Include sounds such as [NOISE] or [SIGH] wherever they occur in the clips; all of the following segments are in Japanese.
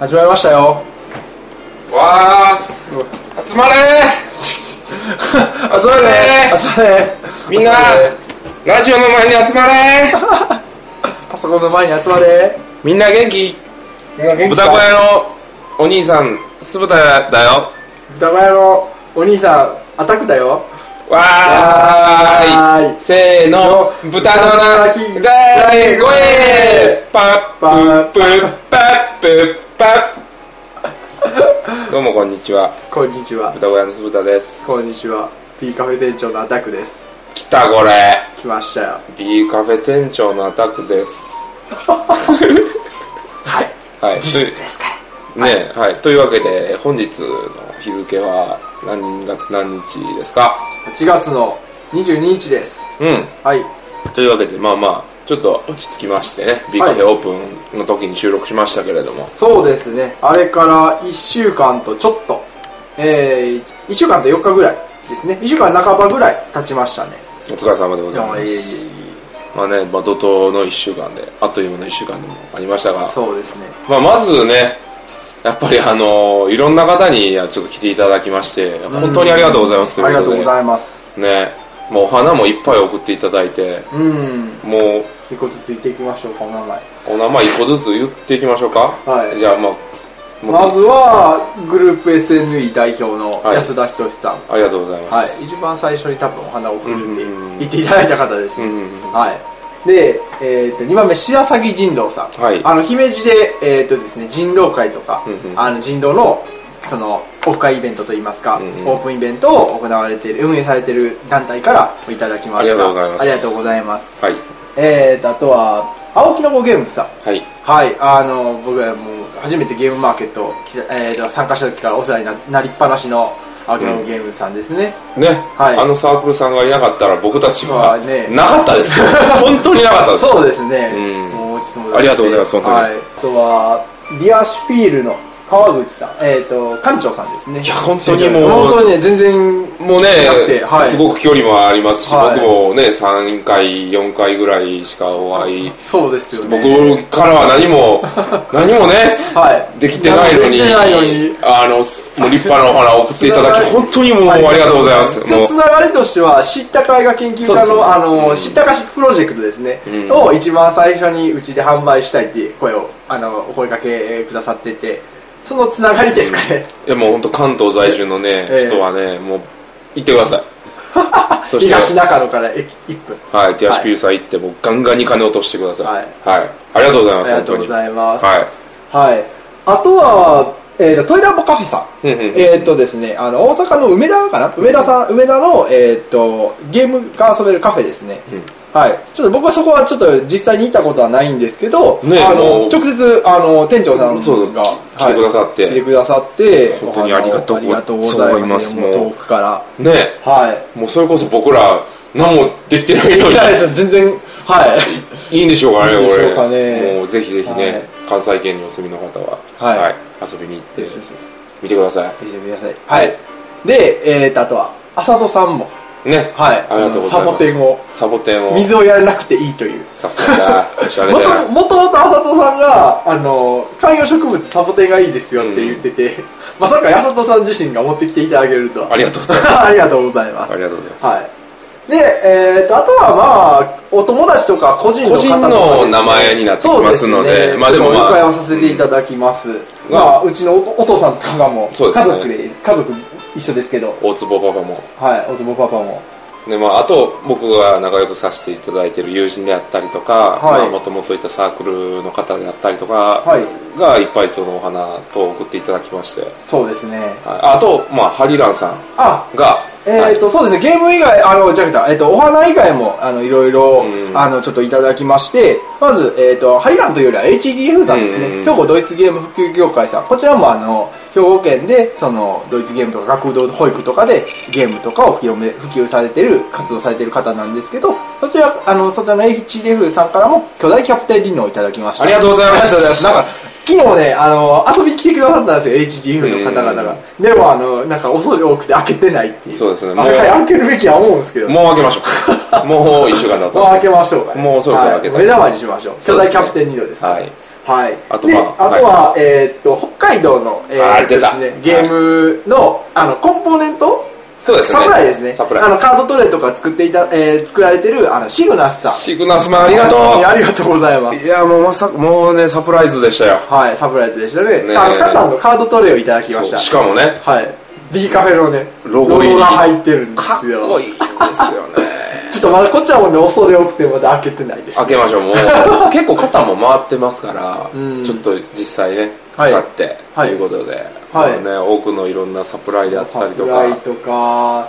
始まりましたよわー集まれ集まれ集まれーみんなラジオの前に集まれーパソコンの前に集まれみんな元気豚小屋のお兄さん酢豚だよ豚小屋のお兄さんアタックだよわわーーいせーの豚の鳴き声パップップパップッパッどうもこんにちはこんにちは豚小屋の酢豚ですこんにちは P カフェ店長のアタックです来たこれ来ましたよ B カフェ店長のアタックですはい [LAUGHS] はいすかねはい、というわけで本日の日付は何月何日ですか8月の22日ですうんはいというわけでまあまあちょっと落ち着きましてね B カフェオープンの時に収録しましたけれども、そうですねあれから1週間とちょっとえー、1週間と4日ぐらいですね1週間半ばぐらい経ちましたねお疲れ様でございますいまあね、まあ、怒涛の1週間であっという間の1週間でもありましたが、そうですねまあ、まずねやっぱりあのいろんな方にちょっと来ていただきまして本当にありがとうございますとありいがうこととうごでざいますねもうお花もいっぱい送っていただいてうんもう一個ずついていきましょうかお名前お名前一個ずつ言っていきましょうかはいじゃあまあ僕まずはグループ SNE 代表のはい安田仁さんありがとうございまはい、す一番最初に多分お花を送るってうんうんうん言っていただいた方です、うんうんうんはいで、えー、と2番目白崎人狼さん、はいあの姫路で,、えーとですね、人狼会とか、うんうんあの人狼のそのオフ会イベントといいますか、うんうんオープンイベントを行われている運営されている団体からいただきましたありがとうございますありがとうございますはいえーとあとは青木の子ゲームズさんはいはい、あの僕はもう初めてゲームマーケット、きえーと参加した時からお世話にななりっぱなしの青木のゲームさんですね、ね、はいあのサークルさんがいなかったら僕たちはまあねなかっ [LAUGHS] たですよ本当になかったですそうですね、うんもうちょっありがとうございます本当にはい、あとはディアシュピールの川口さんえっ、と館長さんですねいや本当にもう本当にね全然もうねなくて、はい、すごく距離もありますし、はい僕もね3回4回ぐらいしかお会い、そうですよね僕からは何も [LAUGHS] 何もね、はいできてないのにできてないのにあのすもう立派なお花を送っていただき本当にもうありがとうございますもうつながりとしては知った絵画研究家そうですのあの知ったかしプロジェクトですね、うんを一番最初にうちで販売したいっていう声をあのお声掛けくださっててそのつながりですかね、いやもう本当関東在住のね、ええ人はねもう行ってくだ [LAUGHS] さいそして東中野から駅1分はいティアシピルさん行ってもうガンガンに金落としてくださいはい、ありがとうございまありすが本と当うごにざいます、はいはい。あとは、えーと、トイラボカフェさん。うんうんえっ、とですね、あの、大阪の梅田かな梅田さん、梅田の、えっ、と、ゲームが遊べるカフェですね。はい。ちょっと僕はそこはちょっと実際に行ったことはないんですけど、ねあもの、直う接、あの、店長さんが、そうそう来てくださってはい来てくださって、本当にありがとうありがとうございます。そう思いますもうもう遠くから。ねはい。もうそれこそ僕ら何もできてないのいにやです全然、はい。いいんでしょうかねいいんでこしれょうかねもうぜひぜひね、はい関西圏にお住みの方は、はい遊びに行ってですですです見てくださ見てください。はい。で、えっ、と、あとは、浅戸さんも、いねはい。ありがとうございますサボテンを。サボテンを水をやらなくていいという。さすがだおし [LAUGHS] ゃれもとだもともと浅戸さんが、あの、観葉植物サボテンがいいですよって言ってて、まさか浅戸さん自身が持ってきていただけるとは。 [LAUGHS] ありがとうございまありがとうございますあ。りがとうございます、はい。で、えー、と、あとはまあ、お友達とか個人の方とかですね、個人の名前になってきますのでそうすねまあでもまちょっとおあ迎えをさせていただきます。まあ、うちのおお父さんとかも、そうですね家族で、家族一緒ですけど、大坪パパもはい、おつぼパパも。でまあ、あと僕が仲良くさせていただいている友人であったりとかはいもともといたサークルの方であったりとかはいがいっぱいそのお花と送っていただきまして、はいそうですね。あと、まあ、ハリランさんあ、が、えーとそうですね、ゲーム以外、あの、じゃなくて、えっ、と、お花以外も、あの、いろいろう、んあの、ちょっといただきまして、まず、えっ、と、ハリランというよりは HDF さんですね、うん兵庫ドイツゲーム普及業界さん、こちらも、あの、兵庫県で、その、ドイツゲームとか学童保育とかで、ゲームとかを広め、普及されてる、活動されてる方なんですけど、そちら、あの、そちらの HDF さんからも、巨大キャプテンリノをいただきました。ありがとうございますありがとうございます。なんか、昨日ね、あの、遊びに来てくださったんですよ、HDF の方々が。でも、あの、なんか、恐れ多くて開けてないっていう。そうですねもう。開けるべきは思うんですけど。ももう開けましょ [LAUGHS] う。もう一週間だうと。開けましょうかね。もうそろそろ開けたいはい目玉にしましょう。そ巨うで大すねキャプテンリノです。はい。はい、あとでまああとは、えーっと北海道の、えあーー出たですね、ゲームの,、あのコンポーネントそうですねサプライですねサプライあのカードトレーとか作っていた、えー作られてるあのシグナスさんシグナスマンありがとういやありがとうございますいやもうまさかもうねサプライズでしたよはい、サプライズでしたね。ねえあの、カタンのカードトレイをいただきました。しかもねはい。B カフェのね、ロゴ入りが入ってるんでかっすよ。こいいですよねちょっとまだこっちはもうね、恐れ多くてまだ開けてないです。開け [LAUGHS] ましょうもう結構肩も回ってますからうんちょっと実際ねはい使ってとはいいうことで、はいまあね多くのいろんなサプライであったサりとプかライとか、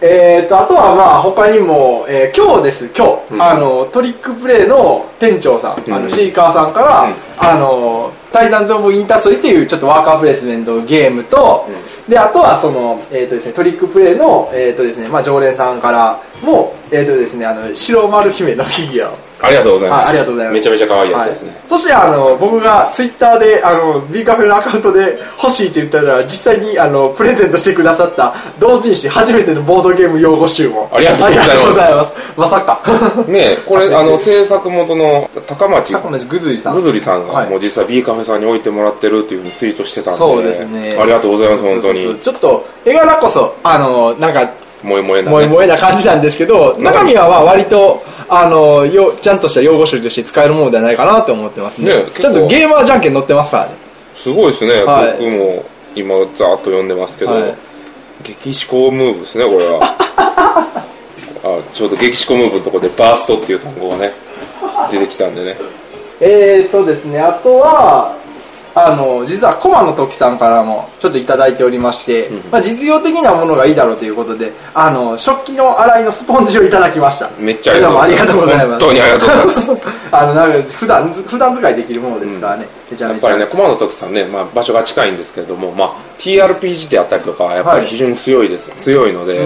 えーと、あとはまあ他にも、えー今日です、今日、うんあの、トリックプレイの店長さん、あうの、んシーカーさんから、うんあの、タイザン存分インターソリっていうちょっとワーカープレイスメントのゲームと、で、あとはその、えーとですね、トリックプレイの、えーとですね、まあ常連さんからも、えーとですね、あの、白丸姫のフィギュアをありがとうございますあありがとうございますめちゃめちゃ可愛いやつですね、はい、そしてあの僕がツイッターであの B カフェのアカウントで欲しいって言ったら実際にあのプレゼントしてくださった同人誌初めてのボードゲーム用語集もありがとうございますありがとうございますまさかねこれあの制作元の高町高松ぐずりさんぐずりさんはがいもう実際 B カフェさんに置いてもらってるっていうふうにツイートしてたんでそうですねありがとうございます本当そうそうにそうちょっと絵柄こそあのなんか萌え萌えなね萌え萌えな感じなんですけど中身はまあ割とあのよちゃんとした用語集として使えるものではないかなと思ってますねねちゃんとゲーマーじゃんけん載ってますからねすごいですね、はい僕も今ざーっと読んでますけど、はい激しこムーブですねこれは [LAUGHS] あちょうど激しこムーブのところでバーストっていう単語がね出てきたんでねえーとですね、あとは、あの、実は駒野時さんからもちょっといただいておりまして、まあ実用的なものがいいだろうということで、あの、食器の洗いのスポンジをいただきました。めっちゃありがとうございますどもありがとうございます。本当にありがとうございます。 [LAUGHS] あの、なんか普段、普段使いできるものですからね、めちゃやっめちゃ。ぱりね駒野徳さんね、まあ、場所が近いんですけれども、まあ、TRPG であったりとかやっぱり非常に強いです、強いので、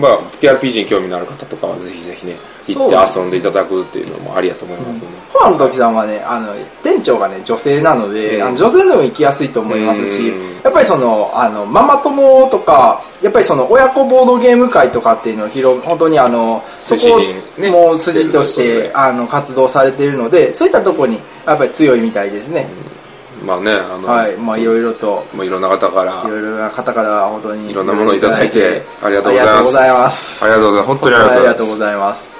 まあ、TRPG に興味のある方とかはぜひぜひね行そうでってす遊んでいただくっていうのもありやと思いますね、コアの時さんはね、あの、店長がね、女性なので、うんあの女性でも行きやすいと思いますしうん、やっぱりその、あの、ママ友とか、やっぱりその、親子ボードゲーム会とかっていうのを広、本当にあの、そこ筋にねをもう筋とししてるというて、こあの、活動されているので、そういったとこに、やっぱり強いみたいですね。まあねあの、はい、まあいろいろと、まあ、いろんな方からいろいろな方から本当に。いろんなものをいただいてありがとうございますあありがとうございます本当にありりががととううごございまざいます。す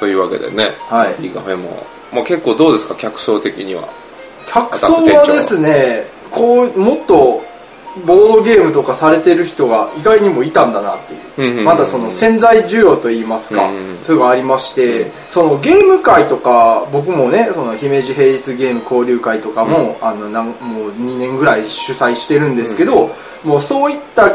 というわけでね、はいいいカフェももう結構どうですか客層的には客層はですねこうもっとボードゲームとかされてる人が意外にもいたんだなってうんうんうんいううんまだその潜在需要といいますか、うんうんそれがありましてそのゲーム会とか僕もねその姫路平日ゲーム交流会とかも,、あのなんもう2年ぐらい主催してるんですけど、もうそういった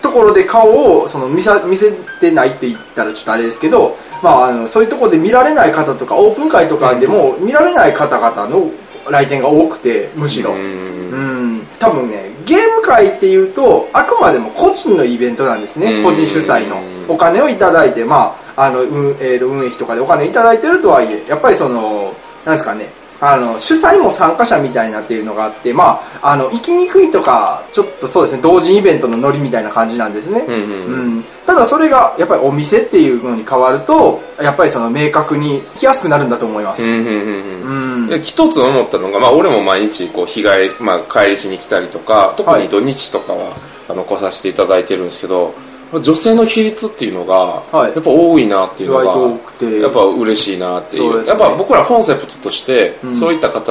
ところで顔をその見さ見せてないって言ったらちょっとあれですけど、まあ、あのそういうところで見られない方とかオープン会とかでも見られない方々の来店が多くてむしろううんん多分ねゲーム会っていうとあくまでも個人のイベントなんですうねん個人主催のお金をいただいて、まああの運えーと運営費とかでお金いただいてるとはいえやっぱりそのなんですかねあの主催も参加者みたいなっていうのがあって、まあ、あの行きにくいとかちょっとそうですね同時イベントのノリみたいな感じなんですね、うんうんうんうんただそれがやっぱりお店っていうのに変わるとやっぱりその明確に来やすくなるんだと思います、うんうんうんうんうんで一つ思ったのが、まあ、俺も毎日こう日帰り、まあ、帰りしに来たりとか特はにい土日とかは、あの来させていただいてるんですけど女性の比率っていうのが、はいやっぱ多いなっていうのが意外と多くてやっぱ嬉しいなっていそううですやねっぱ僕らコンセプトとして、んそういった方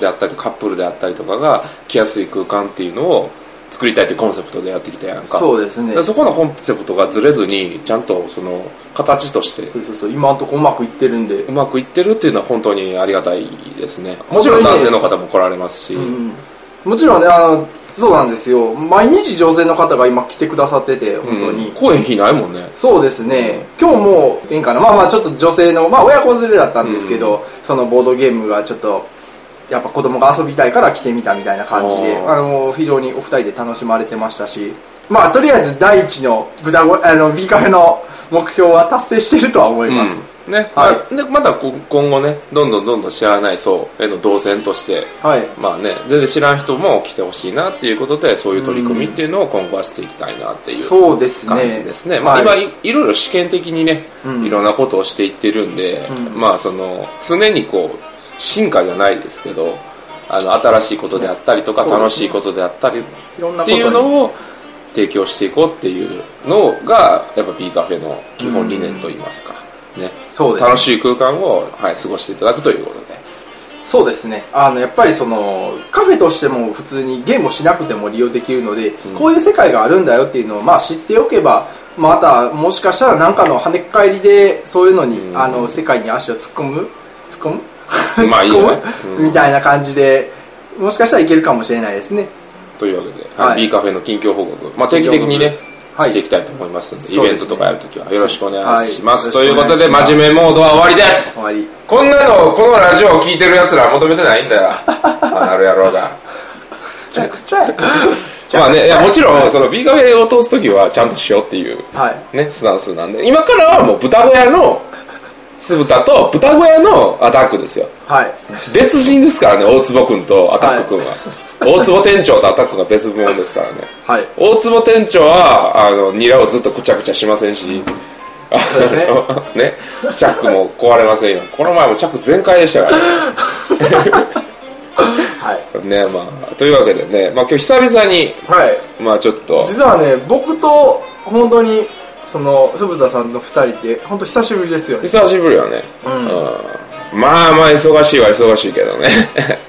であったりカップルであったりとかが来やすい空間っていうのを作りたいっていうコンセプトでやってきたやんかそうですねだからそこのコンセプトがずれずにちゃんとその形としてそうそうそう今のとこうまくいってるんでうまくいってるっていうのは本当にありがたいですねもちろん男性の方も来られますし、うんもちろんねあのそうなんですよ毎日女性の方が今来てくださってて本当に、うん来えへん日ないもんねそうですね今日もいいかなまあまあちょっと女性のまあ親子連れだったんですけど、そのボードゲームがちょっとやっぱ子供が遊びたいから来てみたみたいな感じであーあの非常にお二人で楽しまれてましたしまあとりあえず第一の豚ごあの B カフェの目標は達成してるとは思います、ね、はいまあでまたこ今後ねどんどんどんどん知らない層への動線としてはいまあね全然知らん人も来てほしいなっていうことでそういう取り組みっていうのを今後はしていきたいなっていうそうですね感じですね、まあ、今はいいろいろ試験的にね、うんいろんなことをしていってるんで、まあその常にこう進化じゃないですけどあの新しいことであったりとか、そうですね楽しいことであったりっいろんなこてとにいうのを提供していこうっていうのがやっぱ B カフェの基本理念といいますか、ねそうですね楽しい空間を、はい、過ごしていただくということ [LAUGHS] でそうですねあのやっぱりそのカフェとしても普通にゲームをしなくても利用できるので、こういう世界があるんだよっていうのを、まあ、知っておけばまたもしかしたら何かの跳ねっ返りでそういうのに、あの世界に足を突っ込む突っ込むまあいいね突っ込むうんみたいな感じでもしかしたらいけるかもしれないですねというわけで、はいはい B カフェの近況報告、まあ、定期的にねはいしていきたいと思いますんで、そうでイすねベントとかやるときはよろしくお願いします、はいということでよろしくお願いします真面目モードは終わりです終わ [LAUGHS] りこんなのこのラジオを聞いてるやつらは求めてないん [LAUGHS] だよある野郎がめちゃくちゃやまあねいやもちろんその B カフェを通すときはちゃんとしようっていうはいねスタンスなんで今からはもう豚小屋の酢豚と豚小屋のアタックですよはい別人ですからね大坪君とアタック君は、大坪店長とアタックが別物ですからねはい大坪店長はあのニラをずっとくちゃくちゃしませんしあそうですねの [LAUGHS] ねチャックも壊れませんよこの前もチャック全開でしたからはいねねまあというわけでね、まあ、今日久々にはいまあちょっと実はね僕と本当にその鈴田さんの2人で本当久しぶりですよね久しぶりはね、うんまあまあ忙しいは忙しいけ [LAUGHS] どね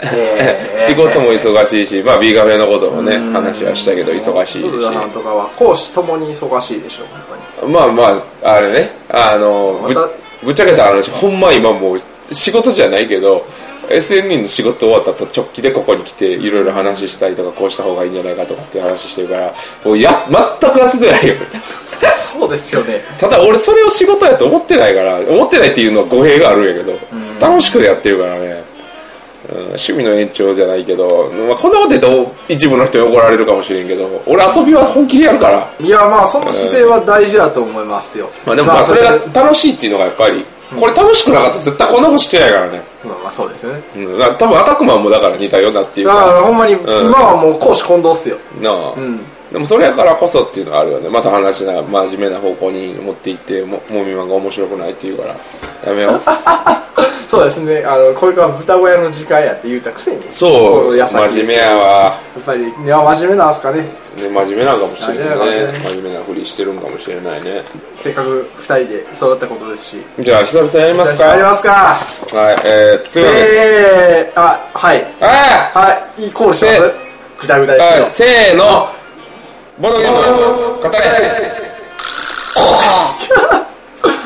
ええ仕事も忙しいし、まあ、B カフェのこともね話はしたけど忙しいし鈴田さんとかは講師ともに忙しいでしょう本 [LAUGHS] 当にまあまああれねあのぶまたぶっちゃけた話ほんま今もう仕事じゃないけど SNE の仕事終わった後直帰でここに来ていろいろ話したりとかこうした方がいいんじゃないかとかっていう話してるからもうや全く休んでないよそうですよねただ俺それを仕事やと思ってないから思ってないっていうのは語弊があるんやけど楽しくやってるからね、うん、趣味の延長じゃないけど、まあ、こんなこと言うと一部の人に怒られるかもしれんけど俺遊びは本気でやるからいやまあその姿勢は大事だと思いますよ、まあでもまあそれが楽しいっていうのがやっぱり、これ楽しくなかったら絶対こんなことしてないからね。まあまあそうですよねうん、だから多分アタックマンもだから似たようなっていうだかか、らほんまに今んはもう講師混同っすよなあ、でもそれやからこそっていうのはあるよね。また話な、真面目な方向に持っていって、も、もみまんが面白くないっていうから、やめよう。そうですねあのこれから豚小屋の時間やって言うたくせにこそう、の矢先です真面目やわ。やっぱりいや真面目なんすかねね、真面目なんかもしれ真面目なのかもしなれいなね。い真面目なふりしてるんかもしれないね。せっかく2人で育ったことですしじゃあ、久々やりますかありますかはい、えー、というわけでせーあはいあーはいいいコールしますグダグダですけどはい、せーのボドゲーム語れ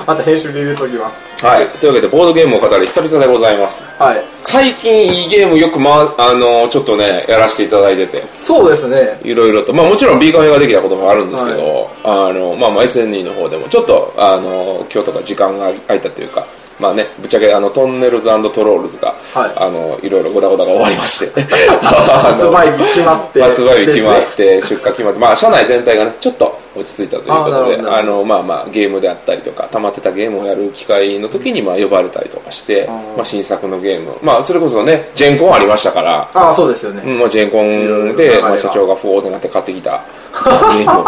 また編集で入れときますはい、というわけでボードゲームを語り久々でございますはい最近いいゲームよく、ま、あのちょっとねやらせていただいててそうですねいろいろとまあもちろん B カフェができたこともあるんですけど、あのまあまあ SNE の方でもちょっとあの今日とか時間が空いたというかまあね、ぶっちゃけあのトンネルズトロールズが、はいあのいろいろごたごたが終わりまし [LAUGHS] て発売日決まって発売日決までっすねて、出荷決まって、まあ、社内全体がね、ちょっと落ち着いたということあーなるほどで、なあるほの、まあまあ、ゲームであったりとか、溜まってたゲームをやる機会の時に、まあ、呼ばれたりとかして、まあ、新作のゲーム、まあ、それこそね、ジェンコンありましたから、ああそうですよね、うんまあ、ジェンコンいろいろ流で、まれあ、が社長がフォーってなって買ってきたゲ [LAUGHS] ームを、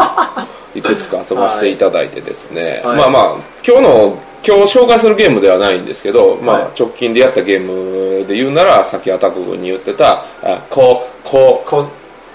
いくつか遊ばせていただいてですね、はいまあまあ、今日の、今日紹介するゲームではないんですけど、まあはい、直近でやったゲームで言うなら、さっきアタック君に言ってた、あこ、こ、こ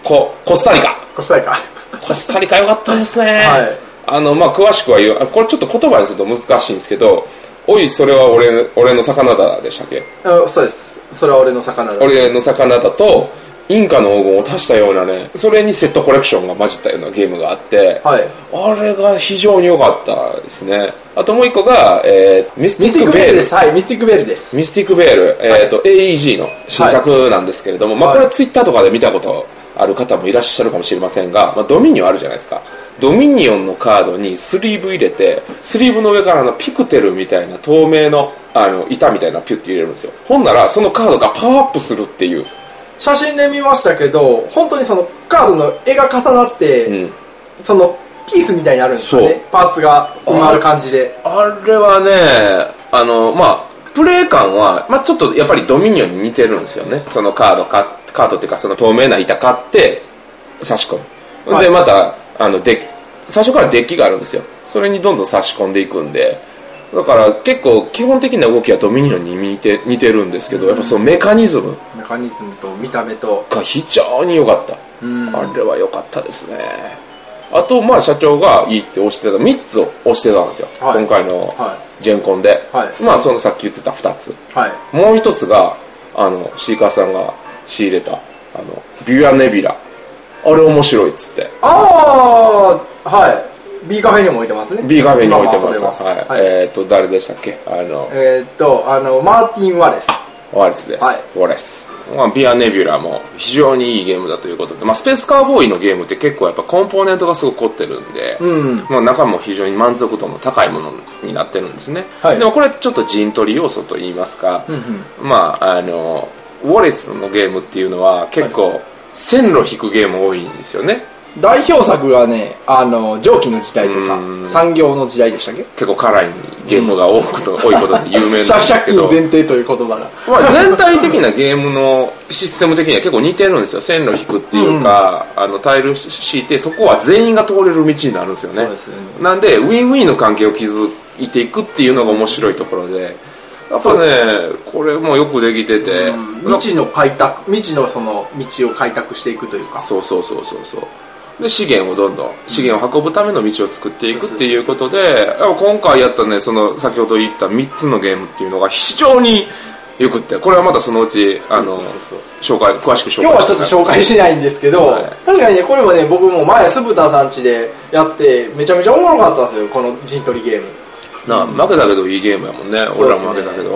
こコスタリカこしたいかコスタリカ良かったですね、はいあのまあ詳しくは言うあこれちょっと言葉にすると難しいんですけど「おいそれは俺俺の魚だ」でしたっけあそうですそれは俺の魚だ俺の魚だとインカの黄金を足したようなねそれにセットコレクションが混じったようなゲームがあって、はいあれが非常に良かったですねあともう一個が、えーミステミスィティッッククベベーールルですはいミスティックベールですミスティックベール、えーと AEG の新作なんですけれども、まあ、はいこれはツイッターとかで見たことある方もいらっしゃるかもしれませんが、まあ、ドミニオンあるじゃないですかドミニオンのカードにスリーブ入れてスリーブの上からあのピクテルみたいな透明のあの板みたいなのピュッて入れるんですよほんならそのカードがパワーアップするっていう写真で見ましたけど本当にそのカードの絵が重なって、んそのピースみたいにあるんですよそうねパーツが埋まる感じであれはね、あの、まあ、プレイ感は、まあ、ちょっとやっぱりドミニオンに似てるんですよね。そのカードか、カードっていうかその透明な板買って、差し込む。はいで、また、あの、デッキ、最初からデッキがあるんですよ。それにどんどん差し込んでいくんで、だから結構基本的な動きはドミニオンに似て似てるんですけど、やっぱそのメカニズムメカニズムと見た目とが非常に良かった、うんあれは良かったですねあとまあ社長がいいって押してた3つを押してたんですよ、はい今回のはジェンコンで、はいまあそのさっき言ってた2つはいもう一つがあのシーカーさんが仕入れたあのビュアネビラあれ面白いっつってああはい B カフェにも置いてますね B カフェに置いてあます,、あそれはははいいえっ、と誰でしたっけあのえーっとあのマーティン・ワレスワレスです。はいワレス。まあ、ビアネビュラも非常にいいゲームだということで、まあ、スペースカーボーイのゲームって結構やっぱコンポーネントがすごく凝ってるんで、うんまあ、中も非常に満足度の高いものになってるんですね。はいでもこれちょっと陣取り要素と言いますか、まあ、あの、ウォレスのゲームっていうのは結構線路引くゲーム多いんですよね。代表作がねあの蒸気の時代とうか産業の時代でしたっけ結構辛いゲームが多くと、多いことで有名なんでシャキシすャけキのど。前提という言葉がまあ、全体的なゲームのシステム的には結構似てるんですよ線路引くっていうか、あのタイル敷いてそこは全員が通れる道になるんですよねそうですよねなんでウィンウィンの関係を築いていくっていうのが面白いところでやっぱねこれもよくできてて、未知の開拓未知のその道を開拓していくというかそうそうそうそうそうで資源をどんどん資源を運ぶための道を作っていくっていうことでやっぱ今回やったねその先ほど言った3つのゲームっていうのが非常によくってこれはまたそのうちあのそうそう紹介詳しく紹介今日はちょっしとます紹介しないんですけど、はい確かにねこれもね僕も前酢豚さん家でやってめちゃめちゃおもろかったんですよこの陣取りゲームなあ負けたけどいいゲームやもんねそうで俺らすねも負けたけど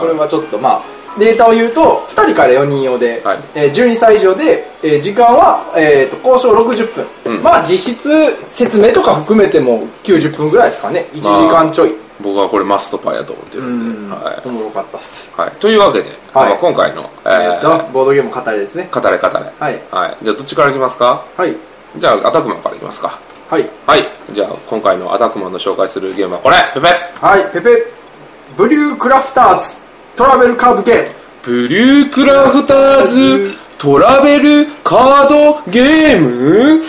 これははちょっとまあデータを言うと2人から4人用で、はいえー12歳以上で、えー時間は、えーと交渉60分、うんまあ実質説明とか含めても90分ぐらいですかね1時間ちょい、い僕はこれマストパイやと思ってるうんんで、はおもろかったっす、いはい、というわけで、はいまあ今回の、ええーーとボードゲーム語りですね語れ語れ、はいはい、じゃあどっちからいきますかはいじゃあアタックマンからいきますかはいはい。じゃあ、今回のアタックマンの紹介するゲームはこれペペはいペペブリュークラフターズトラベルカードゲームブリュークラフターズトラベルカードゲーム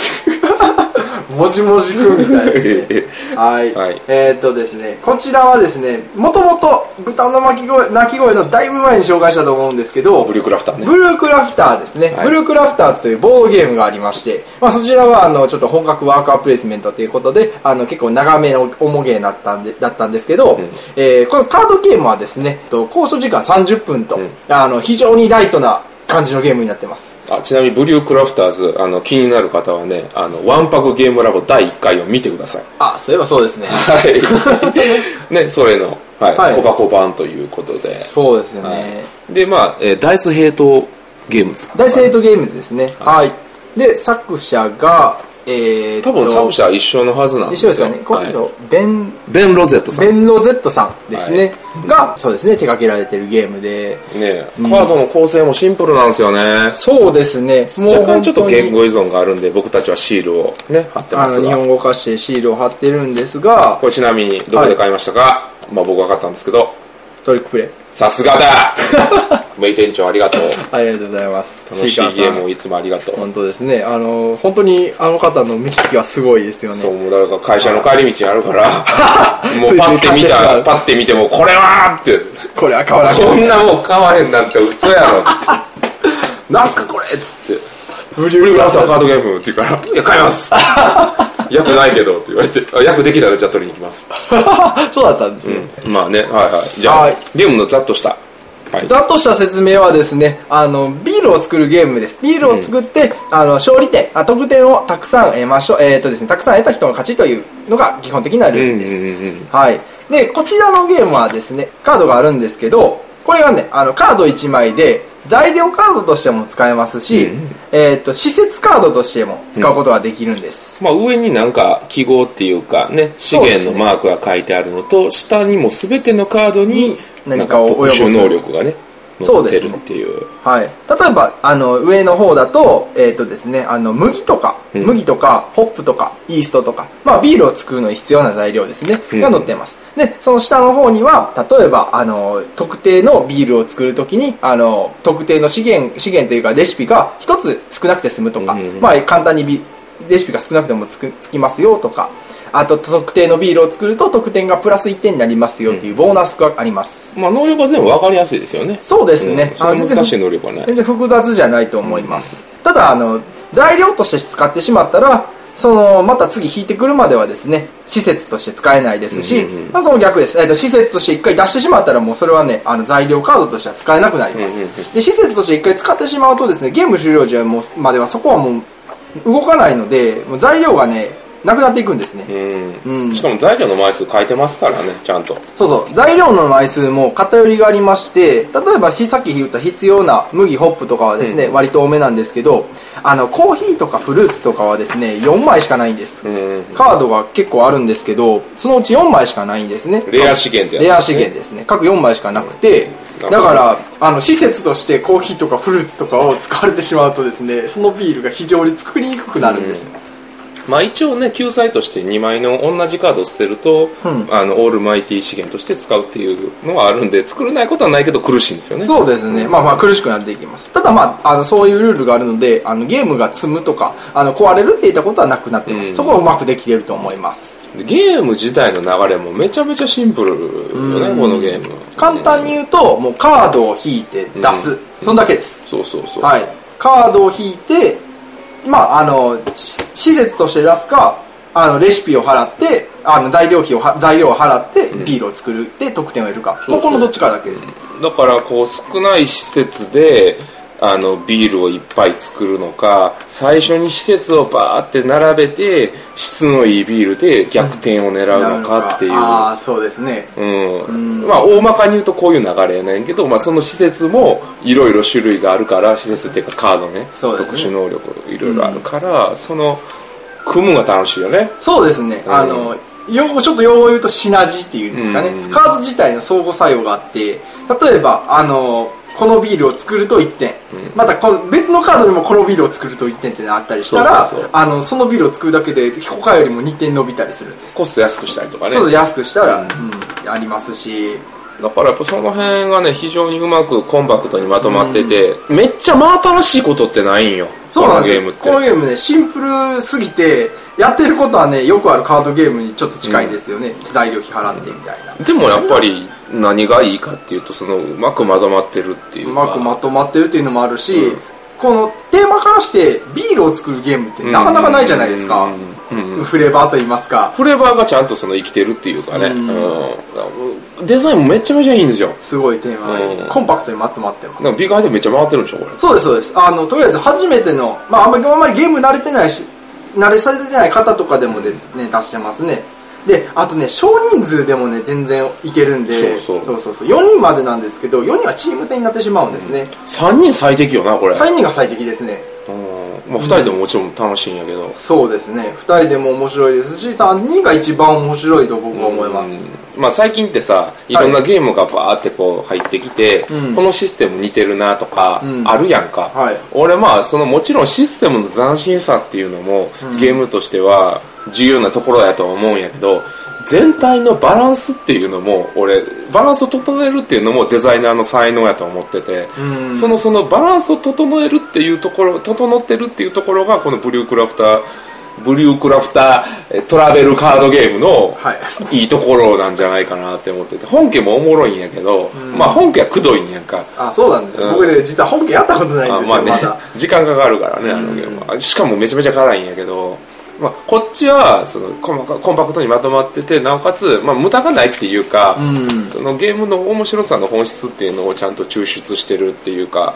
もじもじくんみたいですね。はい。はいえーっとですね、こちらはですね、もともと豚の鳴き声鳴き声のだいぶ前に紹介したと思うんですけど、ブリュークラフターねブ。ルークラフターですね。はいブルークラフターズというボードゲームがありまして、まあそちらはあの、ちょっと本格ワーカープレイスメントということで、あの、結構長めの重ゲーだったんで、だったんですけど、えーこのカードゲームはですね、と交渉時間30分と、あの、非常にライトな感じのゲームになってます。あちなみに、ブリュークラフターズ、あの、気になる方はね、あの、ワンパクゲームラボ第1回を見てください。あ、そういえばそうですね。はい。 [LAUGHS] ね、それの、はい、はいコバコバンということで。そうですよね。はい、で、まあ、えーダイスヘイトゲームズ。大生徒ゲームズですね。はい。で、作者が、えーっと、多分、作者は一緒のはずなんで一す緒よ。ですよね。今度、はいベン、ベン・ロゼットさんベ。ンロゼットさんですね。が、そうですね、手掛けられてるゲームで。ねカードの構成もシンプルなんですよね。そうですね、もう若干ちょっと本当に言語依存があるんで、僕たちはシールをね、貼ってあまの、す日が。本語化してシールを貼ってるんですがこ、れちなみに、どこで買いましたか、まあ僕は買ったんですけど、トリックプレイ。さすが [LAUGHS] だメイ店長ありがとう。ありがとうございます。楽しいシーカーさんゲームをいつもありがとう。本当ですね。あの、本当にあの方の見聞きはすごいですよね。そう、もうだから会社の帰り道にあ [LAUGHS] るから、もうパッて見ついつい買ってしたまら、うパッて見ても、これはーって、これは買わなきゃこんなもう買わへんなんて嘘やろ。 [LAUGHS] なんすかこれっつって。ブリブュルーークラクラフフタターーカードゲームって言うから、いや、買い [LAUGHS] ます。役ないけどって言われて、あ役できたらじゃあ取りに行きます。 [LAUGHS] そうだったんですね。まあね、はいはい。じゃあ、はいゲームのざっとした。はい。ざっとした説明はですね、あの、ビールを作るゲームです。ビールを作って、あの、勝利点、あ得点をたくさん得ましょう、えっ、とですね、たくさん得た人の勝ちというのが基本的なルールです。うんうんうんうんはい。で、こちらのゲームはですね、カードがあるんですけど、これがね、あの、カード1枚で、材料カードとしても使えますし、えっ、と、施設カードとしても使うことができるんです。まあ上になんか記号っていうかね、資源のマークが書いてあるのと、下にも全てのカードに、何なんかかを特殊能力がね、そう載っでてすねるっていう。はい。例えば、あの、上の方だと、えっ、とですね、あの、麦とか、ん麦とか、ホップとか、イーストとか、まあ、ビールを作るのに必要な材料ですね、うんが載ってます。で、その下の方には、例えば、あの、特定のビールを作るときに、あの、特定の資源、資源というか、レシピが一つ少なくて済むとか、うんまあ、簡単にビレシピが少なくてもつくつきますよとか、あと特定のビールを作ると得点がプラス1点になりますよっていうボーナスがあります。まあ、能力は全部わかりやすいですよね。そうですねんそんなあ全然難しい能力はない。全然複雑じゃないと思います。ただ、あの、材料として使ってしまったら、その、また次引いてくるまではですね、施設として使えないですし、うんうんうんまあその逆です。えっ、と、施設として一回出してしまったらもうそれはね、あの、材料カードとしては使えなくなります。うんうんうで、施設として一回使ってしまうとですね、ゲーム終了時はもう、まではそこはもう、動かないので、もう材料がね、なくなっていくんですね。うんうんしかも材料の枚数変えてますからね、ちゃんと。そうそう材料の枚数も偏りがありまして例えばしさっき言った必要な麦ホップとかはですね、割と多めなんですけどあのコーヒーとかフルーツとかはですね4枚しかないんです、うんカードが結構あるんですけどそのうち4枚しかないんですねレア資源ってレやアつ資ですね源ですね各4枚しかなくてうだんからあの施設としてコーヒーとかフルーツとかを使われてしまうとですねそのビールが非常に作りにくくなるんです、まあ一応ね、救済として2枚の同じカードを捨てると、うんあの、オールマイティ資源として使うっていうのはあるんで、作れないことはないけど苦しいんですよね。そうですね。まあまあ苦しくなっていきます。ただまあ、あの、そういうルールがあるので、あの、ゲームが積むとか、あの、壊れるっていったことはなくなってます。うんそこはうまくできてると思います。ゲーム自体の流れもめちゃめちゃシンプルよね、このゲーム。簡単に言うと、もうカードを引いて出す。そんだけです。そうそうそう。はい。カードを引いて、まあ、あの、し施設として出すか、あの、レシピを払って、あの、材料費をは、材料を払って、ビールを作るで得点を得るか。そもうそううこのどっちかだけです。だからこう少ない施設であのビールをいっぱい作るのか最初に施設をバーって並べて質のいいビールで逆転を狙なうのかっていう。ああ、そうですね。うんまあ大まかに言うとこういう流れやねんけど、まあ、その施設もいろいろ種類があるから施設っていうかカードねそうですね特殊能力いろいろあるから、その組むのが楽しいよねそうですね、んあの用語ちょっと用語を言うとシナジーっていうんですかね、うんカード自体の相互作用があって例えばあのこのビールを作ると1点、またこの別のカードにもこのビールを作ると1点ってのがあったりしたらそうそうそうあのそのビールを作るだけで他よりも2点伸びたりするんです、コスト安くしたりとかねちょっと安くしたら、うんありますしだからやっぱその辺がね非常にうまくコンパクトにまとまってて、めっちゃ真新しいことってないんよそうなんですこのゲームよってこのゲームねシンプルすぎてやってることはねよくあるカードゲームにちょっと近いんですよね、材料費払ってみたいな、でもやっぱり何がいいかっていうとそのうまくまとまってるっていううかまくまとまってるっていうのもあるし、うんこのテーマからしてビールを作るゲームってなかなかないじゃないですか、うんうんうんフレーバーと言いますかフレーバーがちゃんとその生きてるっていうかね、うんうんデザインもめちゃめちゃいいんですよすごいテーマで、うんコンパクトにまとまってますなんかビガーでめっちゃ回ってるんでしょこれそうですそうですあのとりあえず初めての、まあ、あんまりあんまりゲーム慣れてないし慣れされてない方とかでもですね出してますねであとね少人数でもね全然いけるんでそうそうそうそう4人までなんですけど4人はチーム戦になってしまうんですね、 3人最適よなこれ、 3人が最適ですねうんまあ、2人でももちろん楽しいんやけど、そうですね2人でも面白いですし3人が一番面白いと僕は思います、まあ、最近ってさいろんなゲームがバーってこう入ってきて、うんこのシステム似てるなとかうんあるやんか、はい俺まあそのもちろんシステムの斬新さっていうのも、ゲームとしては重要なところやとは思うんやけど全体のバランスっていうのも俺バランスを整えるっていうのもデザイナーの才能やと思ってて、うんそのそのバランスを整えるっていうところ整ってるっていうところがこのブリュークラフターブリュークラフターえトラベルカードゲームのはいいいところなんじゃないかなって思ってて本家もおもろいんやけど、まあ本家はくどいんやんかあそうなんです、うん僕ね実は本家やったことないんあですまよあねまだ [LAUGHS] 時間かかるからねあのゲームはしかもめちゃめちゃ辛いんやけど、まあ、こっちはそのコンパコンパクトにまとまっててなおかつ、まあ、無駄がないっていうか、んそのゲームの面白さの本質っていうのをちゃんと抽出してるっていうか、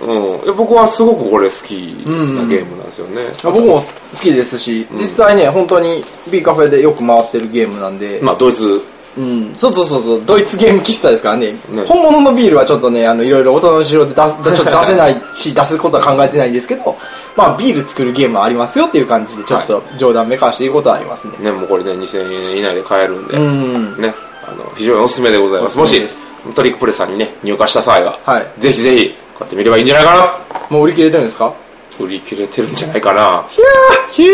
うん、僕はすごくこれ好きなゲームなんですよね、僕も好きですし、実際ね本当に B カフェでよく回ってるゲームなんで、まあドイツうん、そうそうそうそうドイツゲーム喫茶ですからね、ね本物のビールはちょっとねあのいろいろ大人の事情で出すちょっと出せないし出すことは考えてないんですけどまあビール作るゲームはありますよっていう感じでちょっと冗談めかしていいことはありますね、ねもうこれね2000円以内で買えるんで、うんねあの非常におすすめでございますおもすすしめですトリックプレスさんにね入荷した際は、はいぜひぜひ買ってみればいいんじゃないかなもう売り切れてるんですか売り切れてるんじゃないかなひゃーひーひ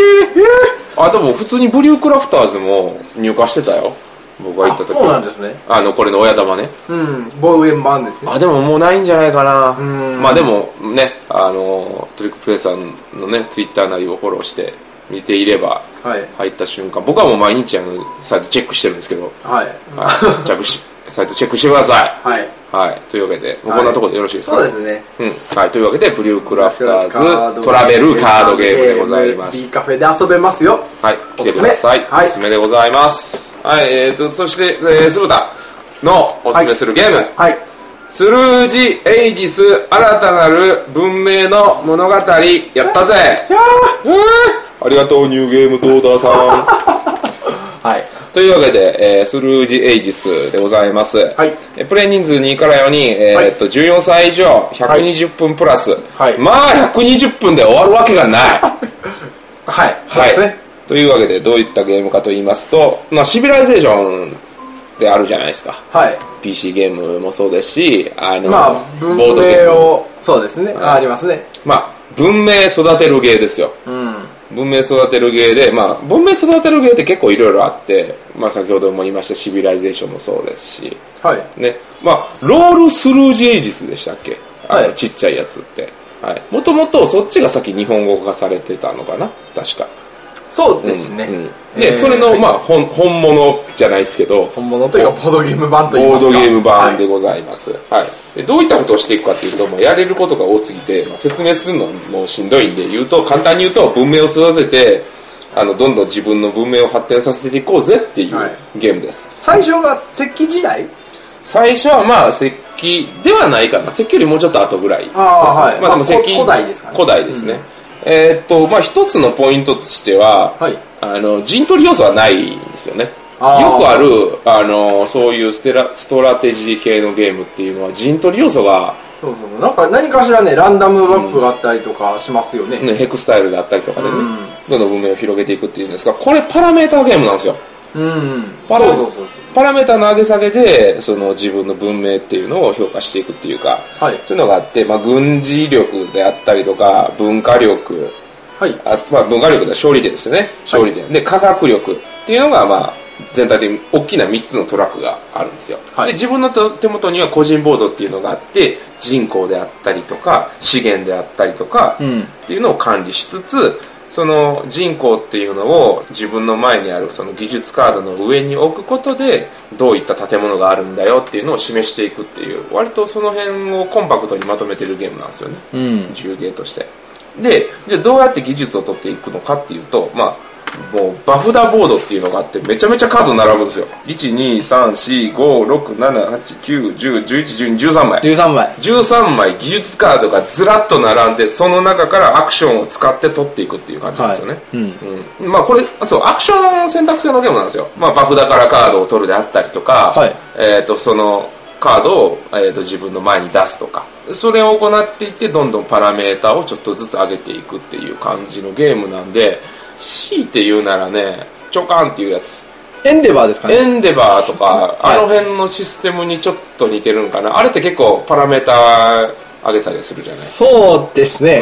あでも普通にブリュークラフターズも入荷してたよ僕が行った時あそうなんですねあのこれの親玉ねゃーうんボードゲーム版ですねあでももうないんじゃないかなうんまあでもねあのトリックプレイさんのねツイッターなりをフォローして見ていればはい入った瞬間僕はもう毎日あのサイトチェックしてるんですけど、はいはい、チェックしサイトチェックしてくださいはいはいというわけでもうこんなところでよろしいですか、そうですねうんはい、というわけで、ブリュークラフターズトトララベベルルカカーードドゲゲーームムでございま B す。カフェで遊べますよはい、来てください。おすすめはいおすすめでございます。はい、えーと、そして、えー、鈴田のおすすめするゲーム、はいスルージ・エイジス新たなる文明の物語、やったぜうんありがとう、ニューゲームズオーダーさん。はいというわけで、えースルージ・エイジスでございます。いえープレイ人数2から4人、えーっと、14歳以上、120分プラス。はいまあ、120分で終わるわけがない。はい [LAUGHS] そうはいですね。というわけで、どういったゲームかと言いますと、まあ、シビライゼーションであるじゃないですか。はい PC ゲームもそうですし、あの、まあ文ボードゲー明ム。をそうですねあありますねまあ、文明育てるゲーですよ。うん文明育てるゲーで、まあ、文明育てるゲーって結構いろいろあって、まあ、先ほども言いましたシビライゼーションもそうですし、はいね、まあ、ロールスルージエイジスでしたっけあの、はいちっちゃいやつって。はい。もともとそっちが先日本語化されてたのかな確か。そうですねで、えーそれの、はいまあ、本本物じゃないですけど、ボ本物というかボードゲーム版といいまーすかドゲーム版ではいございます。はい、でどういったことをしていくかというと、まあ、やれることが多すぎて、まあ、説明するのもしんどいんで、言うと、簡単に言うと、文明を育てて、あの、どんどん自分の文明を発展させていこうぜっていうはいゲームです。最初が石器時代最初はまあ石器ではないかな石器よりもうちょっと後ぐらいですね、あーはいまあでも石器まあ古代ですかね古代ですね、えーっとまあ一つのポイントとしては、はいあの陣取り要素はないんですよねよくあーあるあのそういうステラストラテジー系のゲームっていうのは陣取り要素が、そうそうそうなんか何かしらねランダムマップがあったりとかしますよね、ね、ヘクスタイルだったりとかでね、どんどん文明を広げていくっていうんですがこれパラメーターゲームなんですようんパラそうそうそうそパラメータの上げ下げでその自分の文明っていうのを評価していくっていうか、はいそういうのがあって、まあ、軍事力であったりとか文化力うはいあ、まあ、文化力では勝利点ですよね勝利点、で科学力っていうのが、まあ、全体的に大きな3つのトラックがあるんですよ、はいで自分のと手元には個人ボードっていうのがあって人口であったりとか資源であったりとか、んっていうのを管理しつつその人口っていうのを自分の前にあるその技術カードの上に置くことでどういった建物があるんだよっていうのを示していくっていう割とその辺をコンパクトにまとめてるゲームなんですよね、うん重芸としてでじゃあどうやって技術を取っていくのかっていうとまあもうバフダボードっていうのがあってめちゃめちゃカード並ぶんですよ12345678910111213枚13枚13枚技術カードがずらっと並んでその中からアクションを使って取っていくっていう感じなんですよね、うんまあこれそうアクション選択制のゲームなんですよ、まあ、バフだからカードを取るであったりとか、はいえー、とそのカードを、えー、と自分の前に出すとかそれを行っていってどんどんパラメーターをちょっとずつ上げていくっていう感じのゲームなんで強いて言うならねちょかんっていうやつエンデバーですかねエンデバーとか、あの辺のシステムにちょっと似てるんかな。あれって結構パラメーター上げ下げするじゃないそうですね、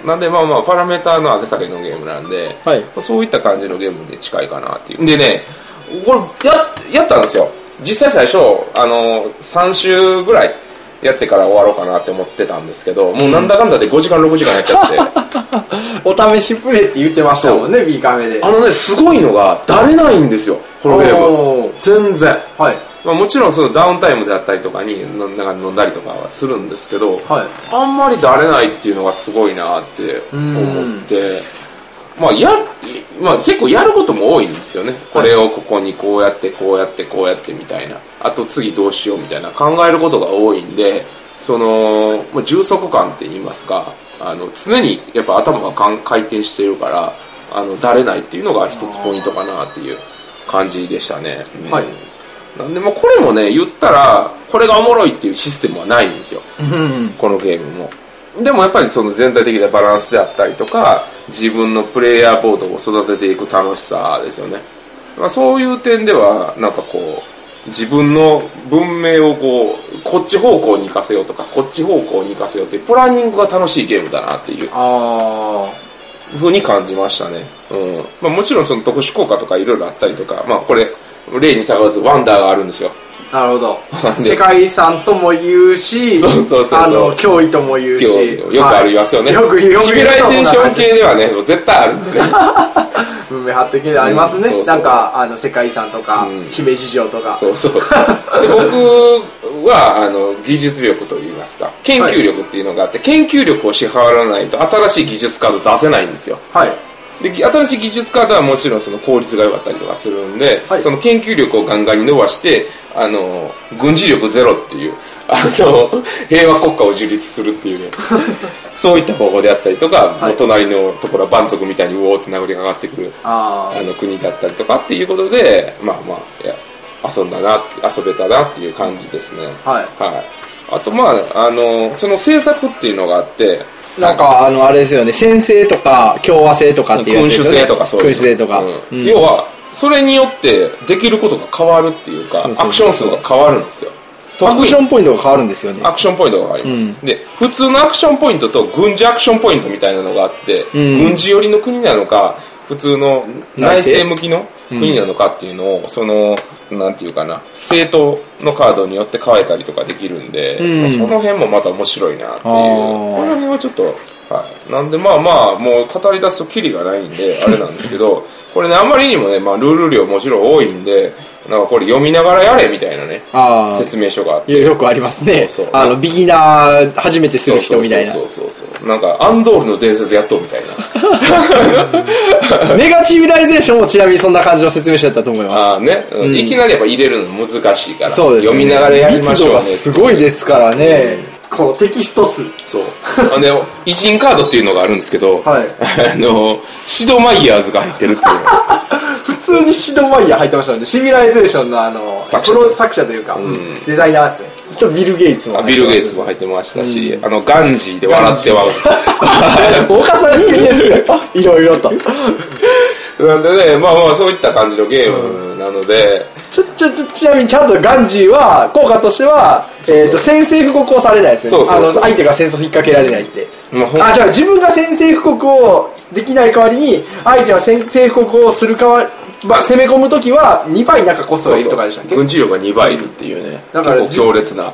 うん。なんでまあまあ、パラメーターの上げ下げのゲームなんで、はいそういった感じのゲームに近いかなっていう。でね、これや、やったんですよ。実際最初、あの、3週ぐらいやってから終わろうかなって思ってたんですけど、もうなんだかんだで5時間6時間やっちゃって。 [LAUGHS] お試しプレイって言ってましたもんね B カフェであのね、すごいのが、だれないんですよ、このゲーおム。全然。はいまあ、もちろんそのダウンタイムであったりとかにのなんか飲んだりとかはするんですけど、はいあんまりだれないっていうのがすごいなって思って、まあやまあ、結構やることも多いんですよねこれをここにこうやってこうやってこうやってみたいなあと次どうしようみたいな考えることが多いんでそのまあ充足感って言いますかあの常にやっぱ頭がかん回転してるからあのだれないっていうのが一つポイントかなっていう感じでしたね。はいなんで、まあ、これもね、言ったら、これがおもろいっていうシステムはないんですよ。うんこのゲームも。でもやっぱりその全体的なバランスであったりとか、自分のプレイヤーボードを育てていく楽しさですよね。まあ、そういう点では、なんかこう、自分の文明をこう、こっち方向に行かせようとか、こっち方向に行かせようっていう、プランニングが楽しいゲームだなっていうあふうに感じましたね。うん。まあもちろんその特殊効果とかいろいろあったりとか、まあこれ、例にたがわずワンダーがあるんですよ。なるほどで世界遺産とも言うしそうそうそうそうあの脅威とも言うしよくありますよね、はいよくよくシビライゼーション系ではねもう絶対あるんでね文明発展系でありますね、うんそうそうなんかあの世界遺産とか、うん姫路城とかそうそうで僕はあの技術力といいますか研究力っていうのがあって、研究力を支払わないと新しい技術カード出せないんですよはいで新しい技術カードはもちろんその効率が良かったりとかするんで、はいその研究力をガンガンに伸ばしてあの軍事力ゼロっていうあの平和国家を樹立するっていう [LAUGHS] ねそういった方法であったりとか、もう隣のところは蛮族みたいにうおーって殴りかかってくるああの国だったりとかっていうことでまあまあいや遊んだな遊べたなっていう感じですねあはいはいあとまああのその政策っていうのがあってなんかあのあれですよね先制とか共和制とかっていうや君つ主ですよね制とかそういう君主制とか、うんうん要はそれによってできることが変わるっていうかうそうアクション数が変わるんですよアクショ得意ンポイントが変わるんですよねアクションポイントがあります、で普通のアクションポイントと軍事アクションポイントみたいなのがあって、ん軍事寄りの国なのか普通の内内政政向きの国なのかっていうのを、そのなんていうかな政党のカードによって変えたりとかできるんで、んまあその辺もまた面白いなっていうあーこの辺はちょっと、はい、なんでまあまあもう語り出すとキリがないん [LAUGHS] であれなんですけどこれねあんまりにもね、まあ、ルール量もちろん多いんでなんかこれ読みながらやれみたいなねああ説明書があって。よくありますねそうそうあのビギナー初めてする人みたいなそうそうそうそうなんかアンドールの伝説やっとうみたいな [LAUGHS] [LAUGHS] メガチビライゼーションもちなみにそんな感じの説明書だったと思いますああね、うんいきなりやっぱ入れるの難しいからそうですね読みながらやりましょう密度ねがすごいですからね、このテキスト数そうあで偉人カードっていうのがあるんですけど、はいあのシド・マイヤーズが入ってるって [LAUGHS] いう普通にシドマイヤー入ってましたのでシビライゼーションのあの作者プロ作者というか、んデザイナーですねちょっとビル・ゲイツもあビル・ゲイツも入ってましたし、あのガンジーで笑っては [LAUGHS] 犯されすぎですよ [LAUGHS] いろいろとなんでねまあまあそういった感じのゲームなので、ちょちょちょちなみにちゃんとガンジーは効果としては、えー、と先制布告をされないですねそうそうそうあの相手が戦争を引っ掛けられないってまあほんあじゃあ自分が先制布告をできない代わりに相手は先制布告をする代わり、まあ、攻め込む時は2倍なんかコストがいるとかでしたっけ軍事力が2倍いるっていうね、だから結構強烈な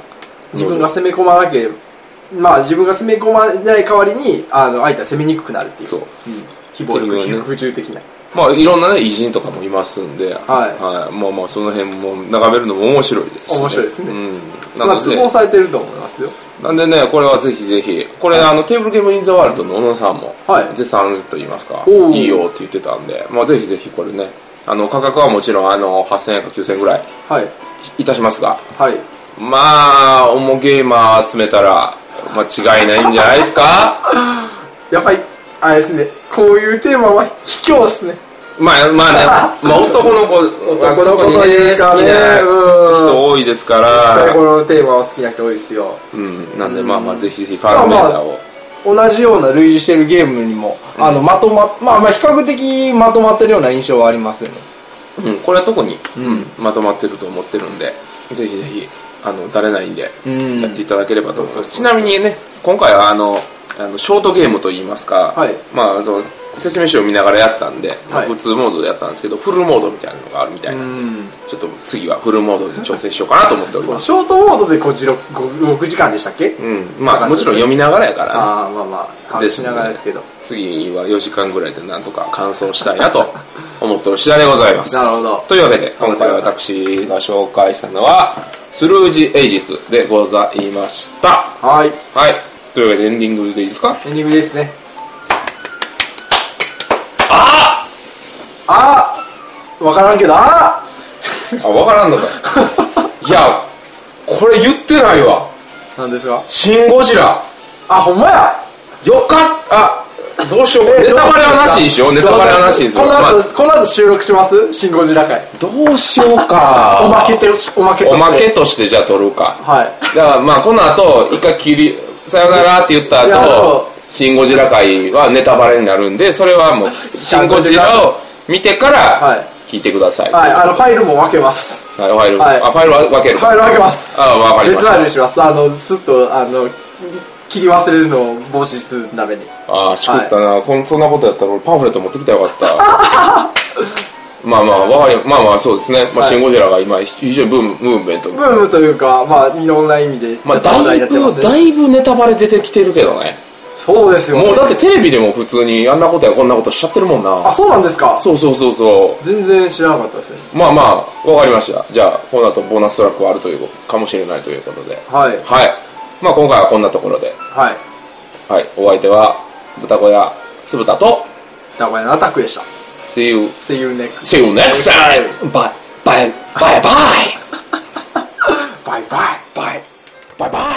自分が攻め込まなければまあ自分が攻め込まない代わりにあの相手は攻めにくくなるっていうそううん、非暴力、そういうね非服従的なまあ、いろんなね、偉人とかもいますんで、はいまあまあ、その辺も眺めるのも面白いですし、面白いですねうん。まなあので都合、されてると思いますよなんでね、これはぜひぜひ、これ、あの、テーブルゲームインザワールドの小野さんも、はい絶賛と言いますか、おーいいよって言ってたんで、まあ、ぜひぜひこれね、あの、価格はもちろん、あの、8000円か9000円ぐらいはいいたしますが、はいまあ、重ゲーマー集めたら、まあ、違いないんじゃないですか [LAUGHS] やっぱりあれですねこういうテーマは卑怯ですねまあ、まあね、まあ、男の子、 [LAUGHS] 男の子特にいいですかね好きなうん人多いですから、このテーマは好きな人多いですようん、なんで、まあまあ、ぜひぜひパラメーターを。同じような類似してるゲームにも、あのまとままあまあ比較的まとまってるような印象はありますよねうん、これは特に、まとまってると思ってるんで、ぜひぜひ、あの、だれないんで、んやっていただければと思います。ちなみにね、今回はあの、あのショートゲームといいますか、はいまあ、あの、説明書を見ながらやったんで、まあはい普通モードでやったんですけど、フルモードみたいなのがあるみたいなんで、ちょっと次はフルモードで調整しようかなと思っております。ショートモードでこうじろ 6, 時間でしたっけ、うん、まあ、もちろん読みながらやからね、ああまあまあ話しながらですけど次は4時間ぐらいでなんとか完走したいなと思ってる次第でございます。なるほどというわけで、今回私が紹介したのは、スルージエイジスでございました。はいはい。というわけでエンディングでいいです [LAUGHS] かエンディングですねああわからんけどああ、わからんのか。 [LAUGHS] いや、これ言ってないわ。あなんですかシン・ゴジラ。あほんまやよかった。あ、どうしよう。ネタバレはなし [LAUGHS] にしよう。ネタバレはなしにしよこう。のま後、あこの後収録しますシンゴジラ会どうしようか。おまけておまけとおしてまけとしてじゃあ撮るか。はいだからまあこの後一回切りさよならって言ったいやあ後のシン・ゴジラ会はネタバレになるんでそれ [LAUGHS] はもうシン・ゴジラを見てかはらい聞いてくださいはいあのファイルも分けますはいファイル、はいあファイルは分けるファイル分けますあわかりまし別たファイルにしますあのすっとあの切り忘れるのを防止するためにああしくったな、こんそんなことやったら俺パンフレット持ってきたらよかった [LAUGHS] まあまあ、わかり、まあまあ、そうですね。まあ、はいシン・ゴジラが今、非常にブーム、ムーブメント。ブームというか、まあ、いろんな意味で、まちあ、ょっと話だ題にいなってますぶ、ねだいぶネタバレ出てきてるけどね。そうですよ、ね。もうだってテレビでも普通にあんなことやこんなことしちゃってるもんあ、な。そうなんですか。そうそうそうそ全然知らなかったですね。う。まあまあ、わかりました。じゃあ、この後ボーナストラックはあるということかもしれないということで。はい。はい。まあ今回はこんなところで。はい。はい。お相手は、豚小屋、酢豚と、名古屋のアタックでした。 See you, See you next. see you next time! Bye, bye, bye, bye! Bye bye. Bye, bye, bye!